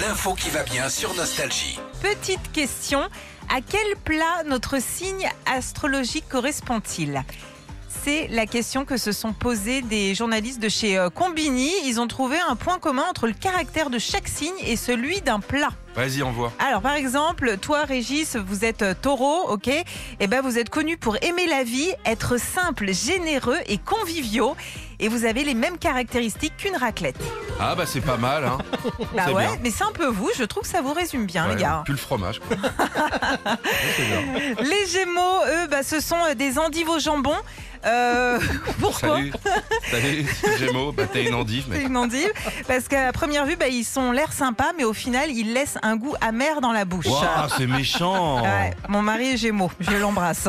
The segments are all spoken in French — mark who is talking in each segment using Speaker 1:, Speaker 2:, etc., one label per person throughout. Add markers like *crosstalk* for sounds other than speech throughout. Speaker 1: l'info qui va bien sur Nostalgie.
Speaker 2: Petite question, à quel plat notre signe astrologique correspond-il c'est la question que se sont posées des journalistes de chez euh, Combini. Ils ont trouvé un point commun entre le caractère de chaque signe et celui d'un plat.
Speaker 3: Vas-y, envoie.
Speaker 2: Alors par exemple, toi Régis, vous êtes euh, taureau, ok Eh ben vous êtes connu pour aimer la vie, être simple, généreux et conviviaux. Et vous avez les mêmes caractéristiques qu'une raclette.
Speaker 3: Ah bah c'est pas mal, hein.
Speaker 2: Bah
Speaker 3: C'est
Speaker 2: ouais,
Speaker 3: bien.
Speaker 2: mais c'est un peu vous, je trouve que ça vous résume bien
Speaker 3: Ouais,
Speaker 2: les gars.
Speaker 3: Plus le fromage. quoi. Ouais, c'est bien.
Speaker 2: Les Gémeaux, eux, bah, ce sont euh, des endives au jambon. Euh, *laughs* pourquoi
Speaker 3: Salut, salut, Gémeaux, bah t'es une endive,
Speaker 2: c'est
Speaker 3: mais
Speaker 2: une endive Parce qu'à première vue, bah, ils sont l'air sympas, mais au final, ils laissent un goût amer dans la bouche.
Speaker 3: Waouh, c'est méchant.
Speaker 2: Ouais, mon mari est gémeaux, je l'embrasse. *laughs*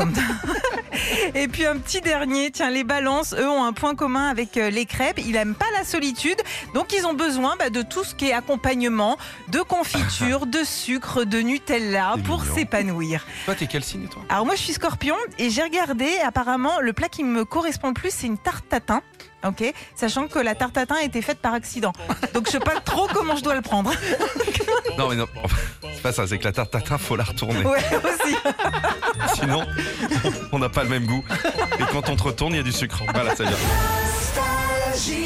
Speaker 2: Et puis un petit dernier, tiens, les balances, eux ont un point commun avec euh, les crêpes, ils n'aiment pas la solitude, donc ils ont besoin bah, de tout ce qui est accompagnement, de confiture,
Speaker 3: *laughs*
Speaker 2: de sucre, de Nutella
Speaker 3: C'est
Speaker 2: pour
Speaker 3: mignon.
Speaker 2: s'épanouir.
Speaker 3: Toi, t'es quel signe, toi
Speaker 2: Alors moi je suis scorpion et j'ai regardé apparemment le plat qui me correspond le plus c'est une tarte tatin. Ok, sachant que la tarte tatin a été faite par accident. Donc je sais pas trop comment je dois le prendre.
Speaker 3: Non, mais non, c'est pas ça, c'est que la tarte tatin, faut la retourner.
Speaker 2: *laughs* Ouais aussi.
Speaker 3: Sinon, on n'a pas le même goût. Et quand on te retourne, il y a du sucre. Voilà, c'est bien.
Speaker 1: Nostalgie.